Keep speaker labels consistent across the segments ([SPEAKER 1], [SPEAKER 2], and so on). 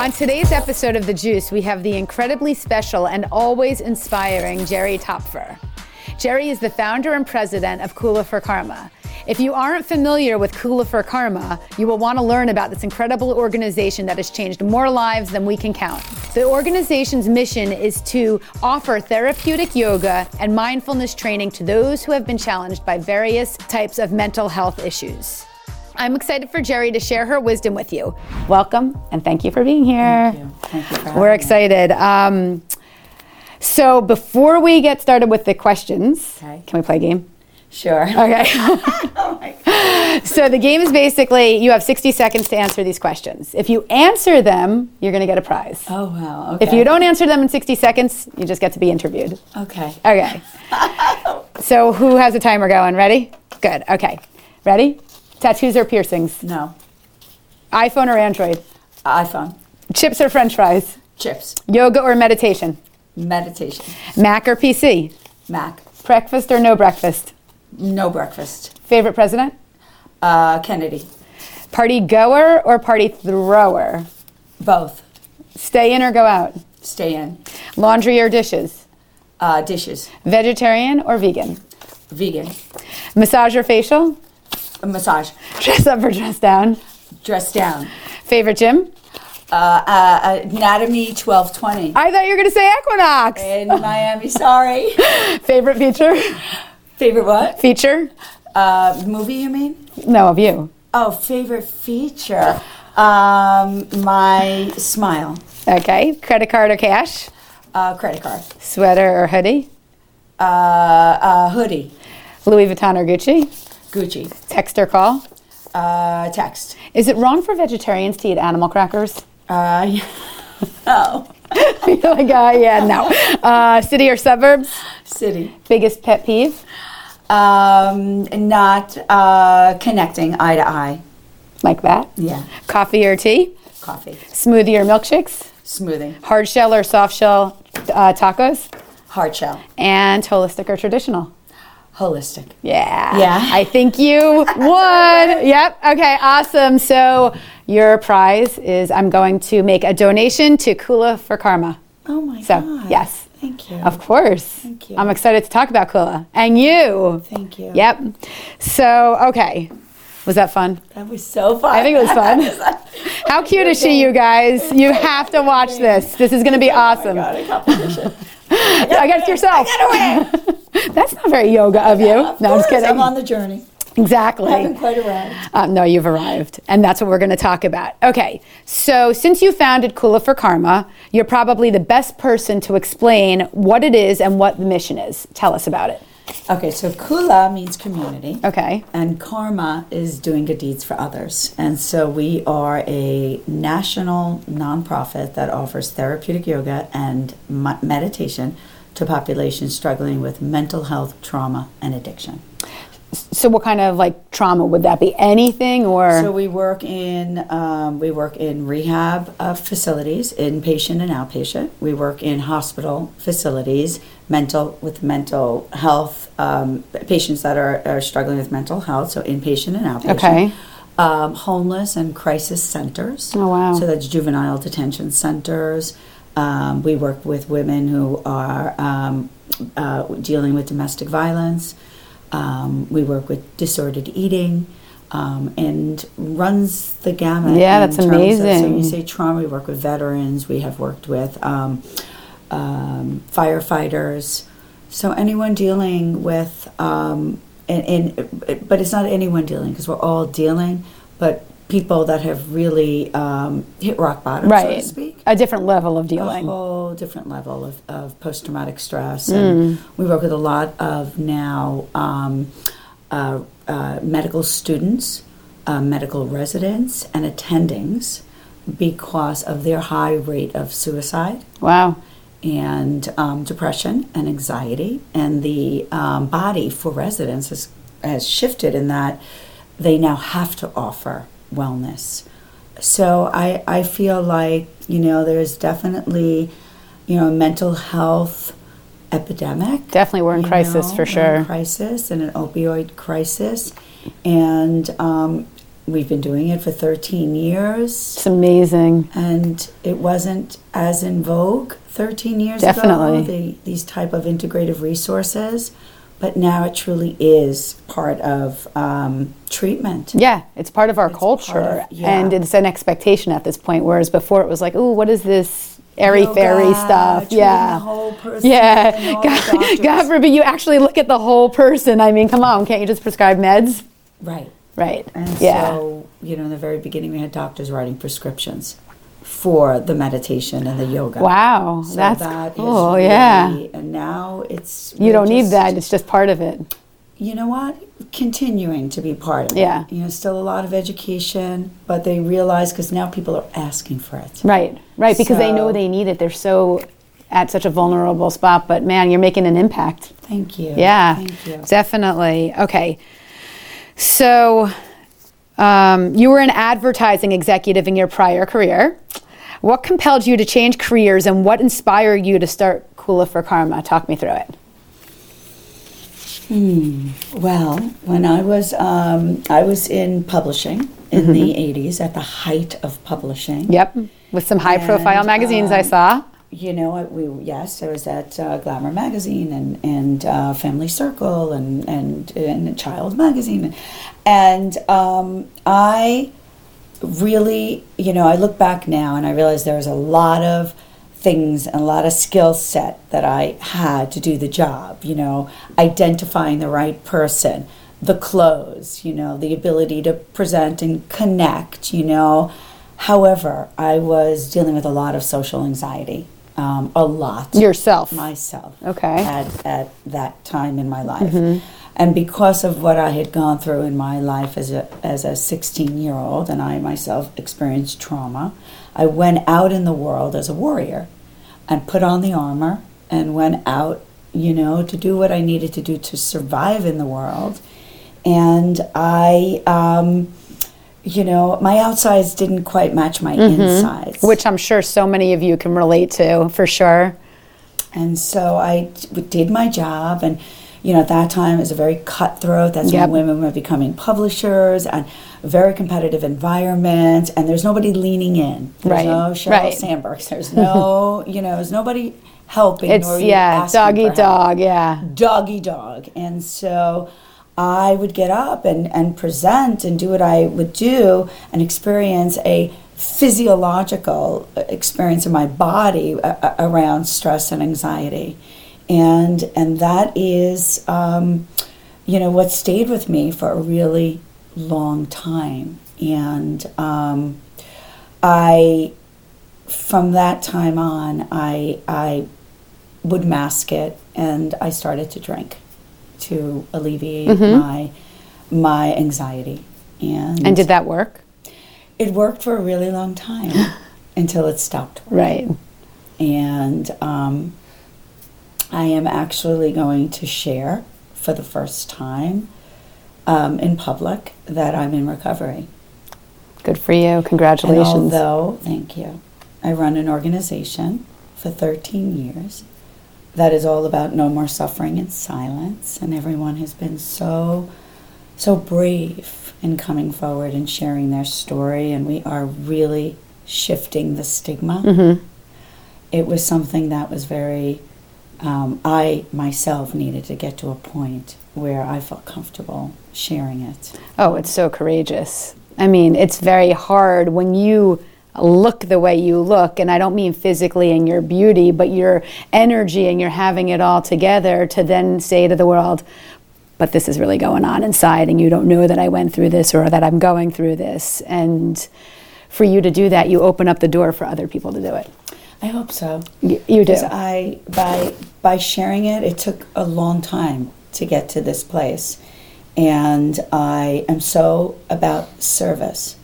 [SPEAKER 1] On today's episode of The Juice, we have the incredibly special and always inspiring Jerry Topfer. Jerry is the founder and president of Kula for Karma. If you aren't familiar with Kula for Karma, you will want to learn about this incredible organization that has changed more lives than we can count. The organization's mission is to offer therapeutic yoga and mindfulness training to those who have been challenged by various types of mental health issues. I'm excited for Jerry to share her wisdom with you. Welcome and thank you for being here.
[SPEAKER 2] Thank you. Thank you for having
[SPEAKER 1] We're
[SPEAKER 2] me.
[SPEAKER 1] excited. Um, so, before we get started with the questions,
[SPEAKER 2] Okay.
[SPEAKER 1] can we play a game?
[SPEAKER 2] Sure.
[SPEAKER 1] Okay. Oh so, the game is basically you have 60 seconds to answer these questions. If you answer them, you're going to get a prize.
[SPEAKER 2] Oh wow. Okay.
[SPEAKER 1] If you don't answer them in 60 seconds, you just get to be interviewed.
[SPEAKER 2] Okay.
[SPEAKER 1] Okay. so, who has a timer going? Ready? Good. Okay. Ready? Tattoos or piercings?
[SPEAKER 2] No.
[SPEAKER 1] iPhone or Android?
[SPEAKER 2] iPhone.
[SPEAKER 1] Chips or french fries?
[SPEAKER 2] Chips.
[SPEAKER 1] Yoga or meditation?
[SPEAKER 2] Meditation.
[SPEAKER 1] Mac or PC?
[SPEAKER 2] Mac.
[SPEAKER 1] Breakfast or no breakfast?
[SPEAKER 2] No breakfast.
[SPEAKER 1] Favorite president?
[SPEAKER 2] Uh, Kennedy.
[SPEAKER 1] Party goer or party thrower?
[SPEAKER 2] Both.
[SPEAKER 1] Stay in or go out?
[SPEAKER 2] Stay in.
[SPEAKER 1] Laundry or dishes?
[SPEAKER 2] Uh, dishes.
[SPEAKER 1] Vegetarian or vegan?
[SPEAKER 2] Vegan.
[SPEAKER 1] Massage or facial?
[SPEAKER 2] Massage.
[SPEAKER 1] Dress up or dress down?
[SPEAKER 2] Dress down.
[SPEAKER 1] Favorite gym?
[SPEAKER 2] Uh, uh, anatomy 1220.
[SPEAKER 1] I thought you were going to say Equinox.
[SPEAKER 2] In Miami. Sorry.
[SPEAKER 1] Favorite feature?
[SPEAKER 2] Favorite what?
[SPEAKER 1] Feature?
[SPEAKER 2] Uh, movie you mean?
[SPEAKER 1] No, of you.
[SPEAKER 2] Oh, favorite feature. Um, my smile.
[SPEAKER 1] Okay. Credit card or cash?
[SPEAKER 2] Uh, credit card.
[SPEAKER 1] Sweater or hoodie?
[SPEAKER 2] Uh, uh, hoodie.
[SPEAKER 1] Louis Vuitton or Gucci?
[SPEAKER 2] Gucci.
[SPEAKER 1] Text or call?
[SPEAKER 2] Uh, text.
[SPEAKER 1] Is it wrong for vegetarians to eat animal crackers?
[SPEAKER 2] Uh, yeah. oh,
[SPEAKER 1] like, uh, yeah, no. Uh, city or suburbs?
[SPEAKER 2] city.
[SPEAKER 1] Biggest pet peeve?
[SPEAKER 2] Um, not uh, connecting eye to eye.
[SPEAKER 1] Like that?
[SPEAKER 2] Yeah.
[SPEAKER 1] Coffee or tea?
[SPEAKER 2] Coffee.
[SPEAKER 1] Smoothie or milkshakes?
[SPEAKER 2] Smoothie.
[SPEAKER 1] Hard shell or soft shell uh, tacos?
[SPEAKER 2] Hard shell.
[SPEAKER 1] And holistic or traditional?
[SPEAKER 2] Holistic.
[SPEAKER 1] Yeah.
[SPEAKER 2] Yeah.
[SPEAKER 1] I think you won. yep. Okay. Awesome. So your prize is I'm going to make a donation to Kula for Karma.
[SPEAKER 2] Oh my
[SPEAKER 1] So,
[SPEAKER 2] God.
[SPEAKER 1] yes.
[SPEAKER 2] Thank you.
[SPEAKER 1] Of course. Thank
[SPEAKER 2] you.
[SPEAKER 1] I'm excited to talk about Kula and you.
[SPEAKER 2] Thank you.
[SPEAKER 1] Yep. So, okay. Was that fun?
[SPEAKER 2] That was so fun. Oh
[SPEAKER 1] I think it was fun. How cute is she, you guys? You have to watch this. This is going to
[SPEAKER 2] Oh
[SPEAKER 1] be awesome.
[SPEAKER 2] Got a competition.
[SPEAKER 1] Against yourself.
[SPEAKER 2] Get away.
[SPEAKER 1] That's not very yoga of you. No,
[SPEAKER 2] Of
[SPEAKER 1] I'm just
[SPEAKER 2] course,
[SPEAKER 1] kidding.
[SPEAKER 2] I'm on the journey. I haven't
[SPEAKER 1] Exactly.
[SPEAKER 2] quite arrived.
[SPEAKER 1] Um, no, you've arrived. And that's what we're going to talk about. Okay. So, since you founded Kula for Karma, you're probably the best person to explain what it is and what the mission is. Tell us about it.
[SPEAKER 2] Okay, so kula means community.
[SPEAKER 1] Okay.
[SPEAKER 2] And karma is doing good deeds for others. And so we are a national nonprofit that offers therapeutic yoga and m- meditation to populations struggling with mental health, trauma, and addiction.
[SPEAKER 1] So, what kind of like trauma would that be? Anything or?
[SPEAKER 2] So we work in um, we work in rehab uh, facilities, inpatient and outpatient. We work in hospital facilities, mental with mental health um, patients that are, are struggling with mental health. So inpatient and outpatient.
[SPEAKER 1] Okay.
[SPEAKER 2] Um, homeless and crisis centers.
[SPEAKER 1] Oh, wow.
[SPEAKER 2] So that's juvenile detention centers. Um, we work with women who are um, uh, dealing with domestic violence. Um, we work with disordered eating um, and runs the gamut.
[SPEAKER 1] Yeah,
[SPEAKER 2] in
[SPEAKER 1] that's
[SPEAKER 2] terms of- so
[SPEAKER 1] amazing.
[SPEAKER 2] you say trauma, we work with veterans, we have worked with um, um, firefighters. So anyone dealing with, um, and, and, but it's not anyone dealing because we're all dealing, but people that have really um, hit rock bottom, so
[SPEAKER 1] right.
[SPEAKER 2] to speak.
[SPEAKER 1] A different level of dealing.
[SPEAKER 2] A whole different level of, of post traumatic stress. And we work with a lot of now um, uh, uh, medical students, uh, medical residents, and attendings because of their high rate of suicide
[SPEAKER 1] Wow.
[SPEAKER 2] and um, depression and anxiety. And the um, body for residents has, has shifted in that they now have to offer wellness. So I, I feel like, you know, there's definitely, you know, a mental health epidemic.
[SPEAKER 1] Definitely, we're in
[SPEAKER 2] you
[SPEAKER 1] crisis
[SPEAKER 2] know,
[SPEAKER 1] for
[SPEAKER 2] we're in
[SPEAKER 1] sure.
[SPEAKER 2] crisis and an opioid crisis. And um, We've been doing it for 13 years,
[SPEAKER 1] It's amazing.
[SPEAKER 2] and it wasn't as in vogue 13 years
[SPEAKER 1] Definitely.
[SPEAKER 2] ago. The, these type of integrative resources, but now it truly is part of um, treatment.
[SPEAKER 1] Yeah, it's part of our
[SPEAKER 2] part
[SPEAKER 1] culture,
[SPEAKER 2] of- yeah.
[SPEAKER 1] and it's an expectation at this point. Whereas before, it was like, "Ooh, what is this airy fairy
[SPEAKER 2] Yoga,
[SPEAKER 1] stuff?"
[SPEAKER 2] treating
[SPEAKER 1] Yeah,
[SPEAKER 2] the whole person and
[SPEAKER 1] yeah.
[SPEAKER 2] all the
[SPEAKER 1] God,
[SPEAKER 2] doctors.
[SPEAKER 1] God forbid you actually look at the whole person. I mean, come on, can't you just prescribe meds?
[SPEAKER 2] Right.
[SPEAKER 1] Right.
[SPEAKER 2] And
[SPEAKER 1] yeah.
[SPEAKER 2] so, you know, in the very beginning, we had doctors writing prescriptions for the meditation and the yoga.
[SPEAKER 1] wow,
[SPEAKER 2] So
[SPEAKER 1] that's
[SPEAKER 2] that is
[SPEAKER 1] cool. yeah,
[SPEAKER 2] really- And now it's.
[SPEAKER 1] you
[SPEAKER 2] we're
[SPEAKER 1] don't need
[SPEAKER 2] just-
[SPEAKER 1] that. It's just part of it.
[SPEAKER 2] You know what? Continuing to be part of
[SPEAKER 1] Yeah.
[SPEAKER 2] it. You know, still a lot of education, but they realize because now people are asking for it.
[SPEAKER 1] Right, right, because they know
[SPEAKER 2] So-
[SPEAKER 1] they need it. They're so at such a vulnerable spot, but man, you're making an impact.
[SPEAKER 2] Thank you.
[SPEAKER 1] Yeah,
[SPEAKER 2] Thank you.
[SPEAKER 1] definitely. Okay, so um, you were an advertising executive in your prior career. What compelled you to change careers, and what inspired you to start Kula for Karma? Talk me through it.
[SPEAKER 2] Well, when I was um, I was in publishing in the '80s at the height of publishing.
[SPEAKER 1] Yep, with some high-profile
[SPEAKER 2] And,
[SPEAKER 1] magazines I
[SPEAKER 2] um,
[SPEAKER 1] saw.
[SPEAKER 2] you know, I- we yes, I was at uh, Glamour magazine and and uh, Family Circle and and and Child magazine, and um, I really, you know, I look back now and I realize there was a lot of things and a lot of skill set that I had to do the job. You know, identifying the right person, the clothes, you know, the ability to present and connect, you know. However, I was dealing with a lot of social anxiety, um, a lot.
[SPEAKER 1] Yourself.
[SPEAKER 2] Myself.
[SPEAKER 1] Okay.
[SPEAKER 2] At, at that time in my life. And because of what I had gone through in my life as a, as a 16 year old, and I myself experienced trauma, I went out in the world as a warrior and put on the armor and went out, you know, to do what I needed to do to survive in the world. And I, um, you know, my outsides didn't quite match my insides.
[SPEAKER 1] Which I'm sure so many of you can relate to, for sure.
[SPEAKER 2] And so I d- did my job, and you know, at that time it was a very cutthroat. That's
[SPEAKER 1] Yep.
[SPEAKER 2] when women were becoming publishers and a very competitive environment, and there's nobody leaning in. There's
[SPEAKER 1] Right,
[SPEAKER 2] no Sheryl
[SPEAKER 1] right.
[SPEAKER 2] Sandberg. There's no, you know, there's nobody helping.
[SPEAKER 1] It's
[SPEAKER 2] nor are you
[SPEAKER 1] yeah,
[SPEAKER 2] asking
[SPEAKER 1] dog
[SPEAKER 2] for
[SPEAKER 1] eat
[SPEAKER 2] help
[SPEAKER 1] dog. Yeah,
[SPEAKER 2] doggy dog. And so I would get up and, and present and do what I would do and experience a physiological experience in my body a- a- around stress and anxiety. And, and that is, um, you know, what stayed with me for a really long time. And um, I, from that time on, I, I would mask it and I started to drink to alleviate my my anxiety and,
[SPEAKER 1] and did that work?
[SPEAKER 2] it worked for a really long time until it stopped
[SPEAKER 1] Right.
[SPEAKER 2] and um, I am actually going to share for the first time um, in public that I'm in recovery
[SPEAKER 1] Good for you.
[SPEAKER 2] And
[SPEAKER 1] Congratulations.
[SPEAKER 2] although, thank you, I run an organization for 13 years that is all about no more suffering and silence, and everyone has been so, so brave in coming forward and sharing their story, and we are really shifting the stigma. It was something that was very, um, I myself needed to get to a point where I felt comfortable sharing it.
[SPEAKER 1] Oh, it's so courageous. I mean, it's very hard when you look the way you look, and I don't mean physically and your beauty, but your energy and you're having it all together to then say to the world, but this is really going on inside, and you don't know that I went through this or that I'm going through this. And for you to do that, you open up the door for other people to do it.
[SPEAKER 2] I hope so.
[SPEAKER 1] Y- you do.
[SPEAKER 2] Because I by by sharing it, it took a long time to get to this place, and I am so about service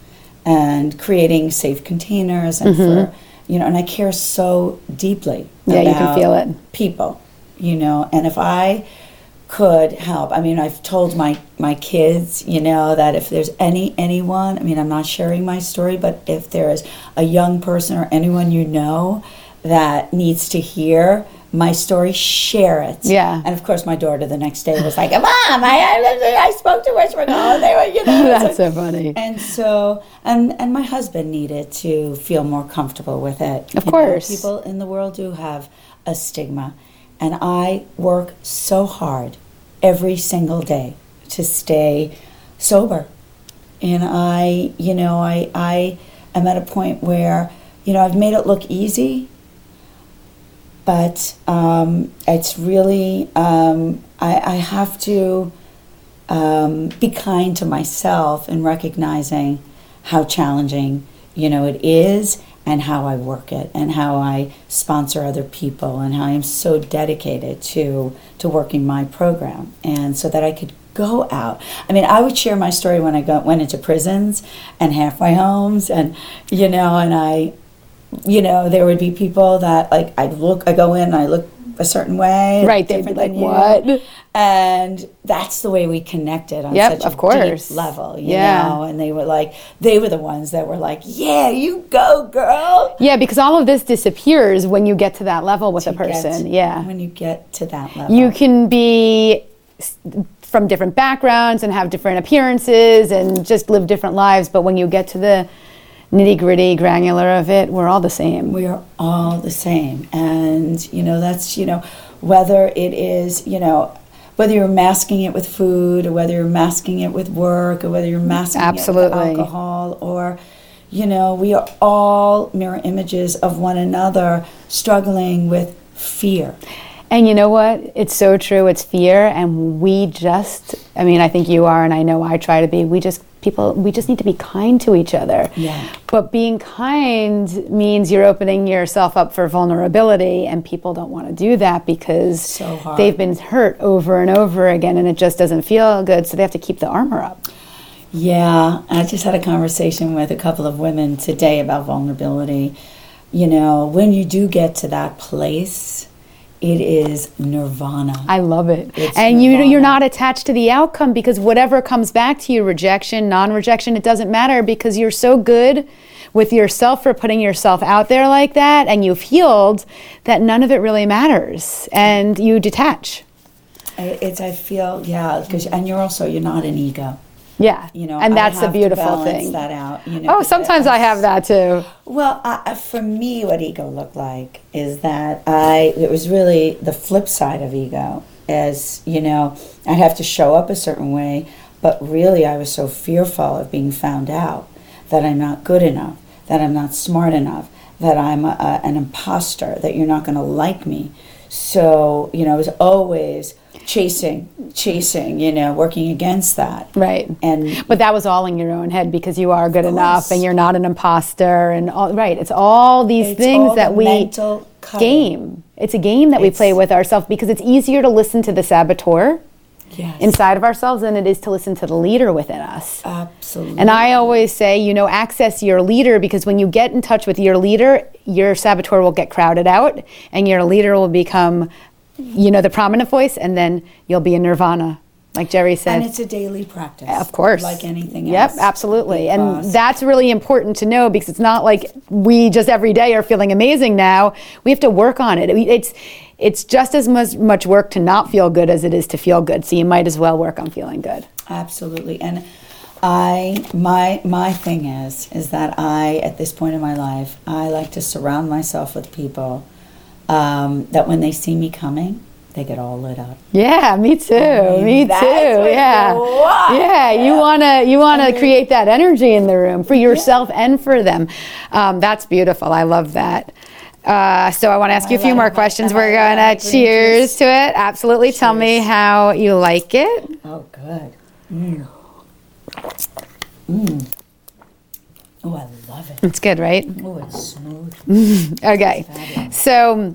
[SPEAKER 2] and creating safe containers and for you know, and I care so deeply.
[SPEAKER 1] Mm-hmm. Yeah, you can
[SPEAKER 2] about
[SPEAKER 1] feel it.
[SPEAKER 2] People, you know, and if I could help, I mean, I've told my my kids, you know, that if there's any anyone, I mean, I'm not sharing my story, but if there is a young person or anyone you know that needs to hear my story, share it.
[SPEAKER 1] Yeah.
[SPEAKER 2] And of course, my daughter the next day was like, Mom, I, I, I spoke to Westbrook. Oh, they were, you know. it's
[SPEAKER 1] That's so funny.
[SPEAKER 2] And so, and, and my husband needed to feel more comfortable with it.
[SPEAKER 1] Of
[SPEAKER 2] You know,
[SPEAKER 1] course.
[SPEAKER 2] people in the world do have a stigma. And I work so hard every single day to stay sober. And I, you know, I, I am at a point where, you know, I've made it look easy, but um, it's really um, I, I have to um, be kind to myself in recognizing how challenging you know it is and how I work it and how I sponsor other people and how I'm so dedicated to to working my program and so that I could go out. I mean, I would share my story when I got went into prisons and halfway homes and you know and I you know, there would be people that like I'd look, I go in, I look a certain way,
[SPEAKER 1] Right, they'd be
[SPEAKER 2] different than
[SPEAKER 1] like,
[SPEAKER 2] you.
[SPEAKER 1] "What?"
[SPEAKER 2] And that's the way we connected on
[SPEAKER 1] Yep,
[SPEAKER 2] such a
[SPEAKER 1] of course.
[SPEAKER 2] deep level, you
[SPEAKER 1] Yeah.
[SPEAKER 2] know. And they were like, they were the ones that were like, "Yeah, you go, girl."
[SPEAKER 1] Yeah, because all of this disappears when you get to that level with a
[SPEAKER 2] You get-
[SPEAKER 1] person. yeah.
[SPEAKER 2] when you get to that level,
[SPEAKER 1] you can be s- from different backgrounds and have different appearances and just live different lives but when you get to the nitty gritty granular of it we're all the same
[SPEAKER 2] we are all the same and you know that's you know whether it is you know whether you're masking it with food or whether you're masking it with work or whether you're masking it
[SPEAKER 1] Absolutely.
[SPEAKER 2] with alcohol or you know we are all mirror images of one another struggling with fear
[SPEAKER 1] and you know what it's so true it's fear and we just i mean i think you are and i know i try to be we just people we just need to be kind to each other
[SPEAKER 2] Yeah.
[SPEAKER 1] but being kind means you're opening yourself up for vulnerability and people don't want to do that because
[SPEAKER 2] So hard.
[SPEAKER 1] they've been hurt over and over again and it just doesn't feel good so they have to keep the armor up
[SPEAKER 2] Yeah, I just had a conversation with a couple of women today about vulnerability. You know, when you do get to that place, it is nirvana.
[SPEAKER 1] I love it.
[SPEAKER 2] It's
[SPEAKER 1] and you
[SPEAKER 2] nirvana.
[SPEAKER 1] you're not attached to the outcome because whatever comes back to you, rejection, non-rejection, it doesn't matter because you're so good with yourself for putting yourself out there like that and you've healed that none of it really matters and you detach.
[SPEAKER 2] I- It's I feel yeah, because and you're also you're not an ego.
[SPEAKER 1] Yeah.
[SPEAKER 2] You know,
[SPEAKER 1] and
[SPEAKER 2] I
[SPEAKER 1] that's the
[SPEAKER 2] have to
[SPEAKER 1] beautiful
[SPEAKER 2] balance
[SPEAKER 1] thing.
[SPEAKER 2] that out, you know,
[SPEAKER 1] oh,
[SPEAKER 2] because
[SPEAKER 1] sometimes
[SPEAKER 2] I-
[SPEAKER 1] I have that too.
[SPEAKER 2] Well, I, I- for me, what ego looked like is that I it was really the flip side of ego. As you know, I'd have to show up a certain way, but really, I was so fearful of being found out that I'm not good enough, that I'm not smart enough, that I'm a, a, an imposter, that you're not going to like me. So you know, I was always chasing, chasing, you know, working against that.
[SPEAKER 1] Right.
[SPEAKER 2] And
[SPEAKER 1] But that was all in your own head because you are good enough
[SPEAKER 2] course.
[SPEAKER 1] and you're not an imposter and all right. It's all these
[SPEAKER 2] It's
[SPEAKER 1] things
[SPEAKER 2] all
[SPEAKER 1] that
[SPEAKER 2] the
[SPEAKER 1] we
[SPEAKER 2] mental cutting.
[SPEAKER 1] game. It's a game that we play
[SPEAKER 2] It's-
[SPEAKER 1] with ourselves because it's easier to listen to the saboteur
[SPEAKER 2] yes, Um,
[SPEAKER 1] inside of ourselves than it is to listen to the leader within us.
[SPEAKER 2] absolutely.
[SPEAKER 1] And I always say, you know, access your leader because when you get in touch with your leader, your saboteur will get crowded out and your leader will become, you know, the prominent voice and then you'll be in nirvana, like Jerry said.
[SPEAKER 2] And it's a daily practice.
[SPEAKER 1] Of course.
[SPEAKER 2] Like anything
[SPEAKER 1] Yep,
[SPEAKER 2] else.
[SPEAKER 1] absolutely.
[SPEAKER 2] Because-
[SPEAKER 1] And that's really important to know because it's not like we just every day are feeling amazing now. We have to work on it. We- It's it's just as much, much work to not feel good as it is to feel good. So you might as well work on feeling good.
[SPEAKER 2] Absolutely. And I my my thing is is that I at this point in my life, I like to surround myself with people um, that when they see me coming, they get all lit up.
[SPEAKER 1] Yeah, me too. me too.
[SPEAKER 2] that's what you
[SPEAKER 1] Yeah.
[SPEAKER 2] want.
[SPEAKER 1] Yeah, you want to you want to create that energy in the room for yourself and for them. Um, that's beautiful. I love that. Uh, so I want to ask you a few
[SPEAKER 2] love
[SPEAKER 1] more
[SPEAKER 2] my-
[SPEAKER 1] questions.
[SPEAKER 2] I
[SPEAKER 1] We're
[SPEAKER 2] love
[SPEAKER 1] going
[SPEAKER 2] my
[SPEAKER 1] to
[SPEAKER 2] green
[SPEAKER 1] cheers
[SPEAKER 2] juice.
[SPEAKER 1] to it. Absolutely. Tell me how you like it.
[SPEAKER 2] Oh good. Mm. Mm. Oh, I love it.
[SPEAKER 1] It's good, right?
[SPEAKER 2] Oh, it's smooth.
[SPEAKER 1] Okay. So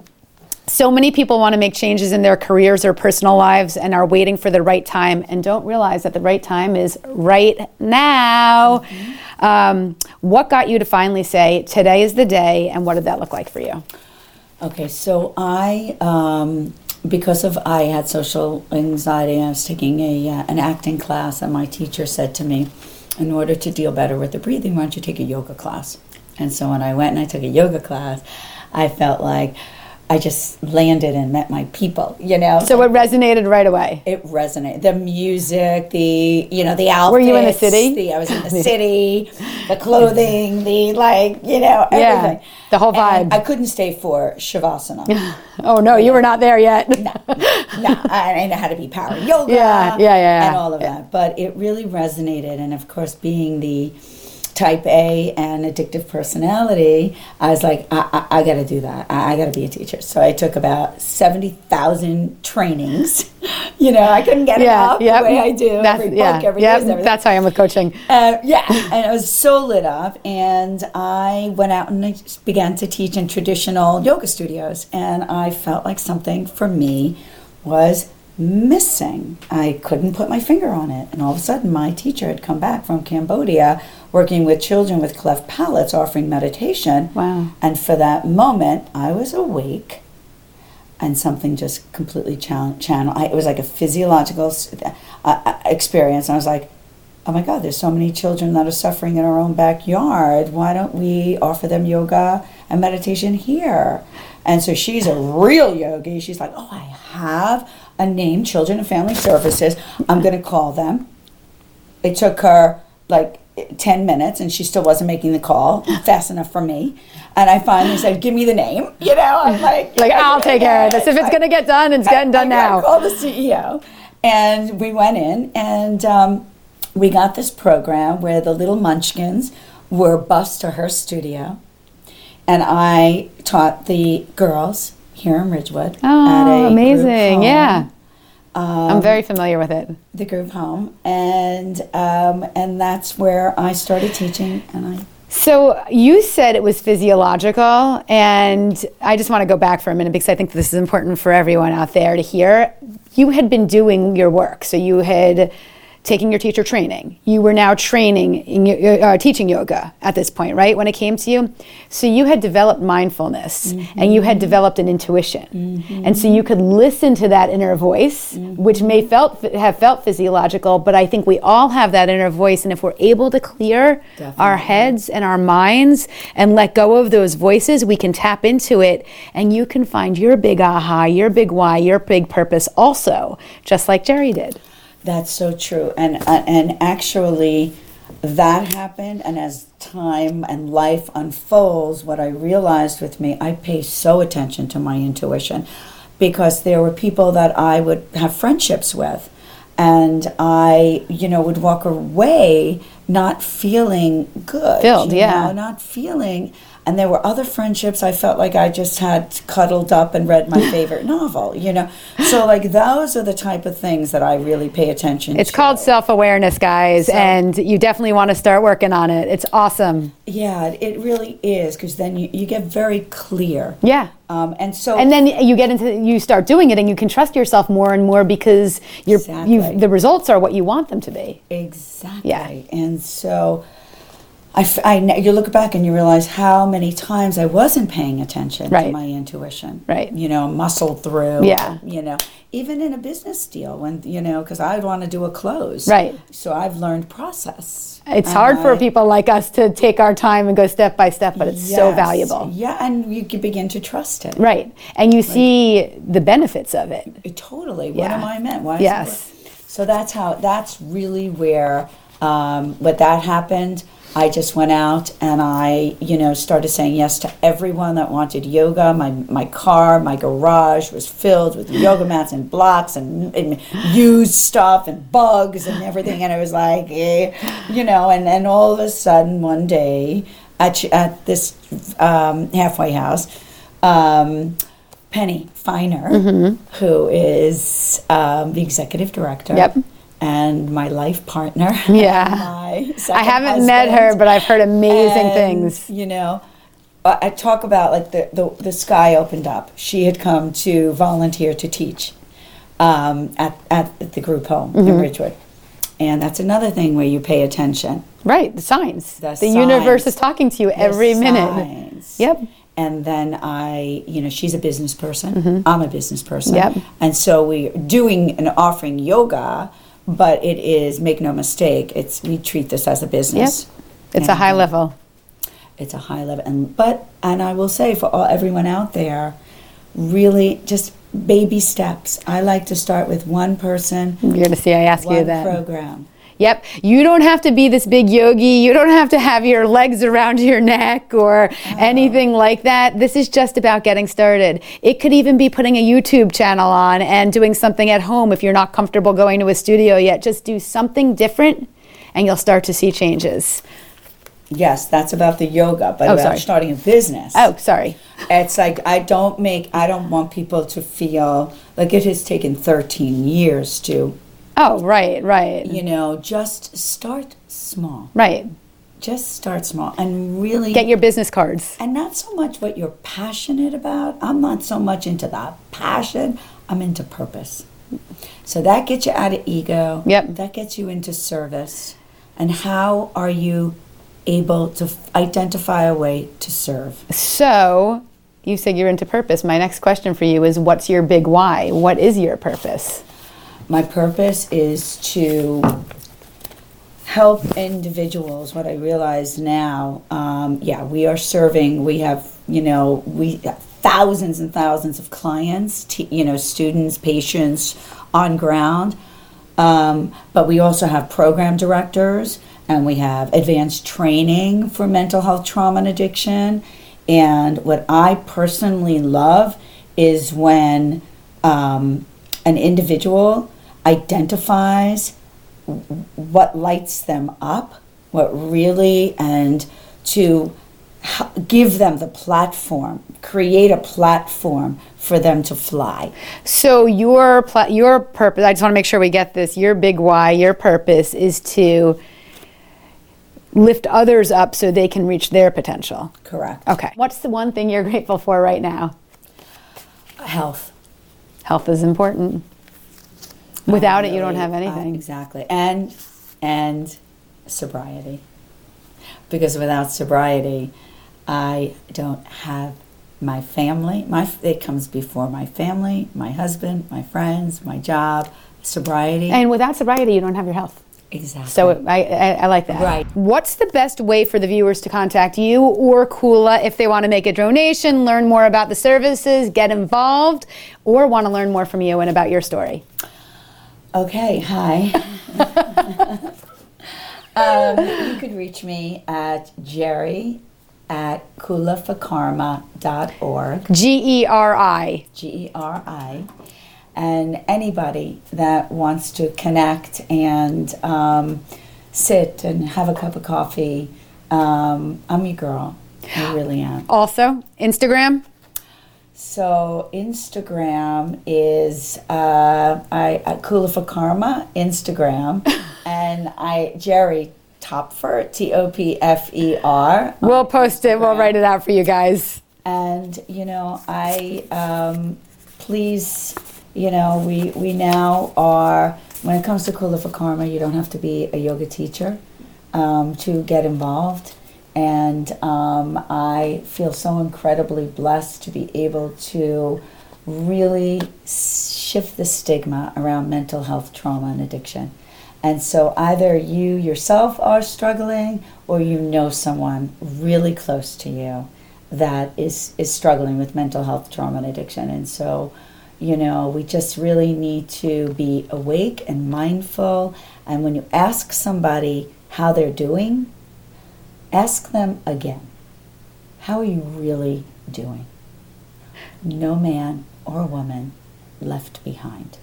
[SPEAKER 1] so many people want to make changes in their careers or personal lives and are waiting for the right time and don't realize that the right time is right now.
[SPEAKER 2] Mm-hmm.
[SPEAKER 1] Um, what got you to finally say today is the day and what did that look like for you?
[SPEAKER 2] Okay, so I, um, because of I had social anxiety, I was taking a uh, an acting class, and my teacher said to me, in order to deal better with the breathing, why don't you take a yoga class? And so when I went and I took a yoga class, I felt like I just landed and met my people, you know.
[SPEAKER 1] So it resonated right away.
[SPEAKER 2] it resonated. The music, the you know, the outfits.
[SPEAKER 1] Were you in the city?
[SPEAKER 2] The, I was in the city. The clothing, the like, you know,
[SPEAKER 1] Yeah,
[SPEAKER 2] everything.
[SPEAKER 1] the whole
[SPEAKER 2] And
[SPEAKER 1] vibe.
[SPEAKER 2] I couldn't stay for shavasana.
[SPEAKER 1] Oh no, you were not there yet.
[SPEAKER 2] no, I, I know how to be power yoga.
[SPEAKER 1] Yeah, yeah, yeah,
[SPEAKER 2] And
[SPEAKER 1] yeah.
[SPEAKER 2] all of that. But it really resonated. And of course, being the type A and addictive personality, I was like, I, I, I got to do that. I, I got to be a teacher. So I took about 70,000 trainings. you know, I couldn't get
[SPEAKER 1] Yeah,
[SPEAKER 2] enough
[SPEAKER 1] yep.
[SPEAKER 2] the way I do.
[SPEAKER 1] That's-
[SPEAKER 2] every book,
[SPEAKER 1] yeah,
[SPEAKER 2] every
[SPEAKER 1] yep,
[SPEAKER 2] news, everything.
[SPEAKER 1] That's how I am with coaching.
[SPEAKER 2] Uh, yeah, and I was so lit up, and I went out and I just began to teach in traditional yoga studios, and I felt like something for me was missing. I couldn't put my finger on it, and all of a sudden, my teacher had come back from Cambodia, working with children with cleft palates, offering meditation.
[SPEAKER 1] Wow.
[SPEAKER 2] And for that moment, I was awake and something just completely chan- channel. I, it was like a physiological s- uh, uh, experience. And I was like, oh my God, there's so many children that are suffering in our own backyard. Why don't we offer them yoga and meditation here? And so she's a real yogi. She's like, oh, I have a name, Children and Family Services. I'm going to call them it took her like 10 minutes and she still wasn't making the call fast enough for me and i finally said give me the name you know i'm like
[SPEAKER 1] Like I'll take care of this. If it's gonna get done, it's getting done
[SPEAKER 2] I gotta
[SPEAKER 1] now.
[SPEAKER 2] Call the CEO, and we went in, and um, we got this program where the little munchkins were bused to her studio, and I taught the girls here in Ridgewood.
[SPEAKER 1] Oh,
[SPEAKER 2] group
[SPEAKER 1] amazing.
[SPEAKER 2] home, Um,
[SPEAKER 1] Yeah. I'm very familiar with it.
[SPEAKER 2] the group home, and um, and that's where I started teaching, and I.
[SPEAKER 1] So you said it was physiological, and I just want to go back for a minute because I think this is important for everyone out there to hear. You had been doing your work, so you had taken your teacher training. You were now training in your- your, uh, teaching yoga at this point, right? When it came to you, so you had developed mindfulness and you had developed an intuition, and so you could listen to that inner voice, which may felt have felt physiological, but I think we all have that inner voice, and if we're able to clear our heads and our minds and let go of those voices, we can tap into it and you can find your big aha, your big why, your big purpose also, just like Jerry did.
[SPEAKER 2] That's so true, and uh, and actually, that happened. And as time and life unfolds, what I realized with me, I pay so attention to my intuition, because there were people that I would have friendships with, and I, you know, would walk away not feeling good,
[SPEAKER 1] Filled,
[SPEAKER 2] you
[SPEAKER 1] yeah.
[SPEAKER 2] know, not feeling. And there were other friendships I felt like I just had cuddled up and read my favorite novel, you know. So like those are the type of things that I really pay attention to.
[SPEAKER 1] It's called self awareness, guys, and you definitely want to start working on it. It's awesome.
[SPEAKER 2] Yeah, it- it really is because then you, you get very clear.
[SPEAKER 1] Yeah.
[SPEAKER 2] Um, and so
[SPEAKER 1] And then you get into you start doing it and you can trust yourself more and more because you're
[SPEAKER 2] Exactly.
[SPEAKER 1] you've, the results are what you want them to be.
[SPEAKER 2] Exactly. And so I, f- I ne- you look back and you realize how many times I wasn't paying attention
[SPEAKER 1] Right.
[SPEAKER 2] to my intuition.
[SPEAKER 1] Right.
[SPEAKER 2] You know, muscle through.
[SPEAKER 1] Yeah.
[SPEAKER 2] You know, even in a business deal when, you know, because I want to do a close.
[SPEAKER 1] Right.
[SPEAKER 2] So I've learned process. Uh,
[SPEAKER 1] It's
[SPEAKER 2] And
[SPEAKER 1] hard for
[SPEAKER 2] I-
[SPEAKER 1] people like us to take our time and go step by step, but it's so
[SPEAKER 2] Yes.
[SPEAKER 1] valuable.
[SPEAKER 2] Yeah. And you can begin to trust it.
[SPEAKER 1] Right. And you see the benefits of it.
[SPEAKER 2] It- Totally. What
[SPEAKER 1] Yeah.
[SPEAKER 2] am I meant? Why? is it
[SPEAKER 1] Yes.
[SPEAKER 2] work? So that's how. That's really where. Um, but that happened. I just went out and I, you know, started saying yes to everyone that wanted yoga. My my car, my garage was filled with yoga mats and blocks and, and used stuff and bugs and everything. And it was like, eh, you know, and then all of a sudden one day at ch- at this um, halfway house. Um, Penny Feiner,
[SPEAKER 1] Mm-hmm.
[SPEAKER 2] who is um, the executive director.
[SPEAKER 1] Yep.
[SPEAKER 2] And my life partner.
[SPEAKER 1] Yeah.
[SPEAKER 2] and
[SPEAKER 1] I
[SPEAKER 2] my second
[SPEAKER 1] haven't met
[SPEAKER 2] husband.
[SPEAKER 1] her, but I've heard amazing
[SPEAKER 2] And,
[SPEAKER 1] things.
[SPEAKER 2] You know, I I talk about like the, the, the sky opened up. She had come to volunteer to teach um, at, at the group home in
[SPEAKER 1] Mm-hmm.
[SPEAKER 2] Ridgewood. And that's another thing where you pay attention.
[SPEAKER 1] Right, the signs. The,
[SPEAKER 2] The
[SPEAKER 1] universe
[SPEAKER 2] signs.
[SPEAKER 1] is talking to you
[SPEAKER 2] the
[SPEAKER 1] every minute.
[SPEAKER 2] signs.
[SPEAKER 1] Yep.
[SPEAKER 2] And then I, you know, she's a business person. I'm a business person.
[SPEAKER 1] Mm-hmm. Yep.
[SPEAKER 2] And so we're doing and offering yoga, but it is make no mistake. It's we treat this as a
[SPEAKER 1] Yep.
[SPEAKER 2] business.
[SPEAKER 1] It's a high
[SPEAKER 2] And
[SPEAKER 1] level.
[SPEAKER 2] It's a high level, and but and I will say for all everyone out there, really just baby steps. I like to start with one person,
[SPEAKER 1] You're going to see I ask you
[SPEAKER 2] one
[SPEAKER 1] that.
[SPEAKER 2] program.
[SPEAKER 1] Yep. You don't have to be this big yogi. You don't have to have your legs around your neck or
[SPEAKER 2] Uh-huh.
[SPEAKER 1] anything like that. This is just about getting started. It could even be putting a YouTube channel on and doing something at home if you're not comfortable going to a studio yet. Just do something different and you'll start to see changes.
[SPEAKER 2] Yes, that's about the yoga, but
[SPEAKER 1] Oh,
[SPEAKER 2] about
[SPEAKER 1] sorry.
[SPEAKER 2] starting a business.
[SPEAKER 1] Oh, sorry.
[SPEAKER 2] It's like I don't make I don't want people to feel like it has taken 13 years to,
[SPEAKER 1] Oh, right, right.
[SPEAKER 2] you know, just start small.
[SPEAKER 1] Right.
[SPEAKER 2] Just start small and really
[SPEAKER 1] Get your business cards.
[SPEAKER 2] and not so much what you're passionate about. I'm not so much into that passion. I'm into purpose. So that gets you out of ego.
[SPEAKER 1] Yep.
[SPEAKER 2] That gets you into service. And how are you able to f- identify a way to serve?
[SPEAKER 1] So, you said you're into purpose. My next question for you is what's your big why? What is your purpose?
[SPEAKER 2] My purpose is to help individuals. What I realize now, um, yeah, we are serving. We have, you know, we thousands and thousands of clients, t- you know, students, patients on ground. Um, but we also have program directors, and we have advanced training for mental health trauma and addiction. And what I personally love is when um, an individual identifies what lights them up, what really, and to h- give them the platform, create a platform for them to fly.
[SPEAKER 1] So your pl- your purpose. I just want to make sure we get this. Your big why, your purpose is to lift others up so they can reach their potential.
[SPEAKER 2] Correct.
[SPEAKER 1] Okay. What's the one thing you're grateful for right now?
[SPEAKER 2] Health.
[SPEAKER 1] Health is important. Without it, you don't
[SPEAKER 2] Really,
[SPEAKER 1] have
[SPEAKER 2] uh,
[SPEAKER 1] anything.
[SPEAKER 2] exactly. And and sobriety. Because without sobriety, I don't have my family. My f- it comes before my family, my husband, my friends, my job. Sobriety.
[SPEAKER 1] And without sobriety, you don't have your health.
[SPEAKER 2] exactly.
[SPEAKER 1] So it, I, I, I like that.
[SPEAKER 2] Right.
[SPEAKER 1] What's the best way for the viewers to contact you or Kula if they want to make a donation, learn more about the services, get involved, or want to learn more from you and about your story?
[SPEAKER 2] Okay, hi. um, you could reach me at jerry at kulafakarma.org,
[SPEAKER 1] G E R I.
[SPEAKER 2] G E R I. And anybody that wants to connect and um, sit and have a cup of coffee, um, I'm your girl. I really am.
[SPEAKER 1] Also, Instagram.
[SPEAKER 2] So Instagram is uh, I at Kula for Karma Instagram, and I Jerry Topfer T O P F E R,
[SPEAKER 1] We'll post it. We'll write it out for you guys.
[SPEAKER 2] and you know I um, please you know we we now are when it comes to Kula for Karma you don't have to be a yoga teacher um, to get involved. And um, I feel so incredibly blessed to be able to really shift the stigma around mental health trauma and addiction. And so either you yourself are struggling or you know someone really close to you that is, is struggling with mental health trauma and addiction. And so, you know, we just really need to be awake and mindful. And when you ask somebody how they're doing, ask them again. How are you really doing? No man or woman left behind.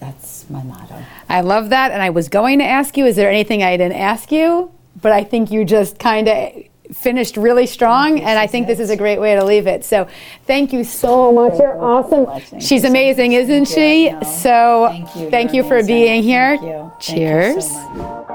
[SPEAKER 2] That's my motto.
[SPEAKER 1] I love that. And I was going to ask you, is there anything I didn't ask you? But I think you just kind of finished really strong. And I think this is a great way to leave it. So thank you so much. You're awesome.
[SPEAKER 2] Thank
[SPEAKER 1] She's
[SPEAKER 2] you so
[SPEAKER 1] amazing,
[SPEAKER 2] much.
[SPEAKER 1] isn't
[SPEAKER 2] Thank
[SPEAKER 1] she?
[SPEAKER 2] you. No.
[SPEAKER 1] So
[SPEAKER 2] Thank you.
[SPEAKER 1] thank
[SPEAKER 2] You're
[SPEAKER 1] you for
[SPEAKER 2] amazing.
[SPEAKER 1] being here.
[SPEAKER 2] Thank you. Thank you so
[SPEAKER 1] Cheers.
[SPEAKER 2] much.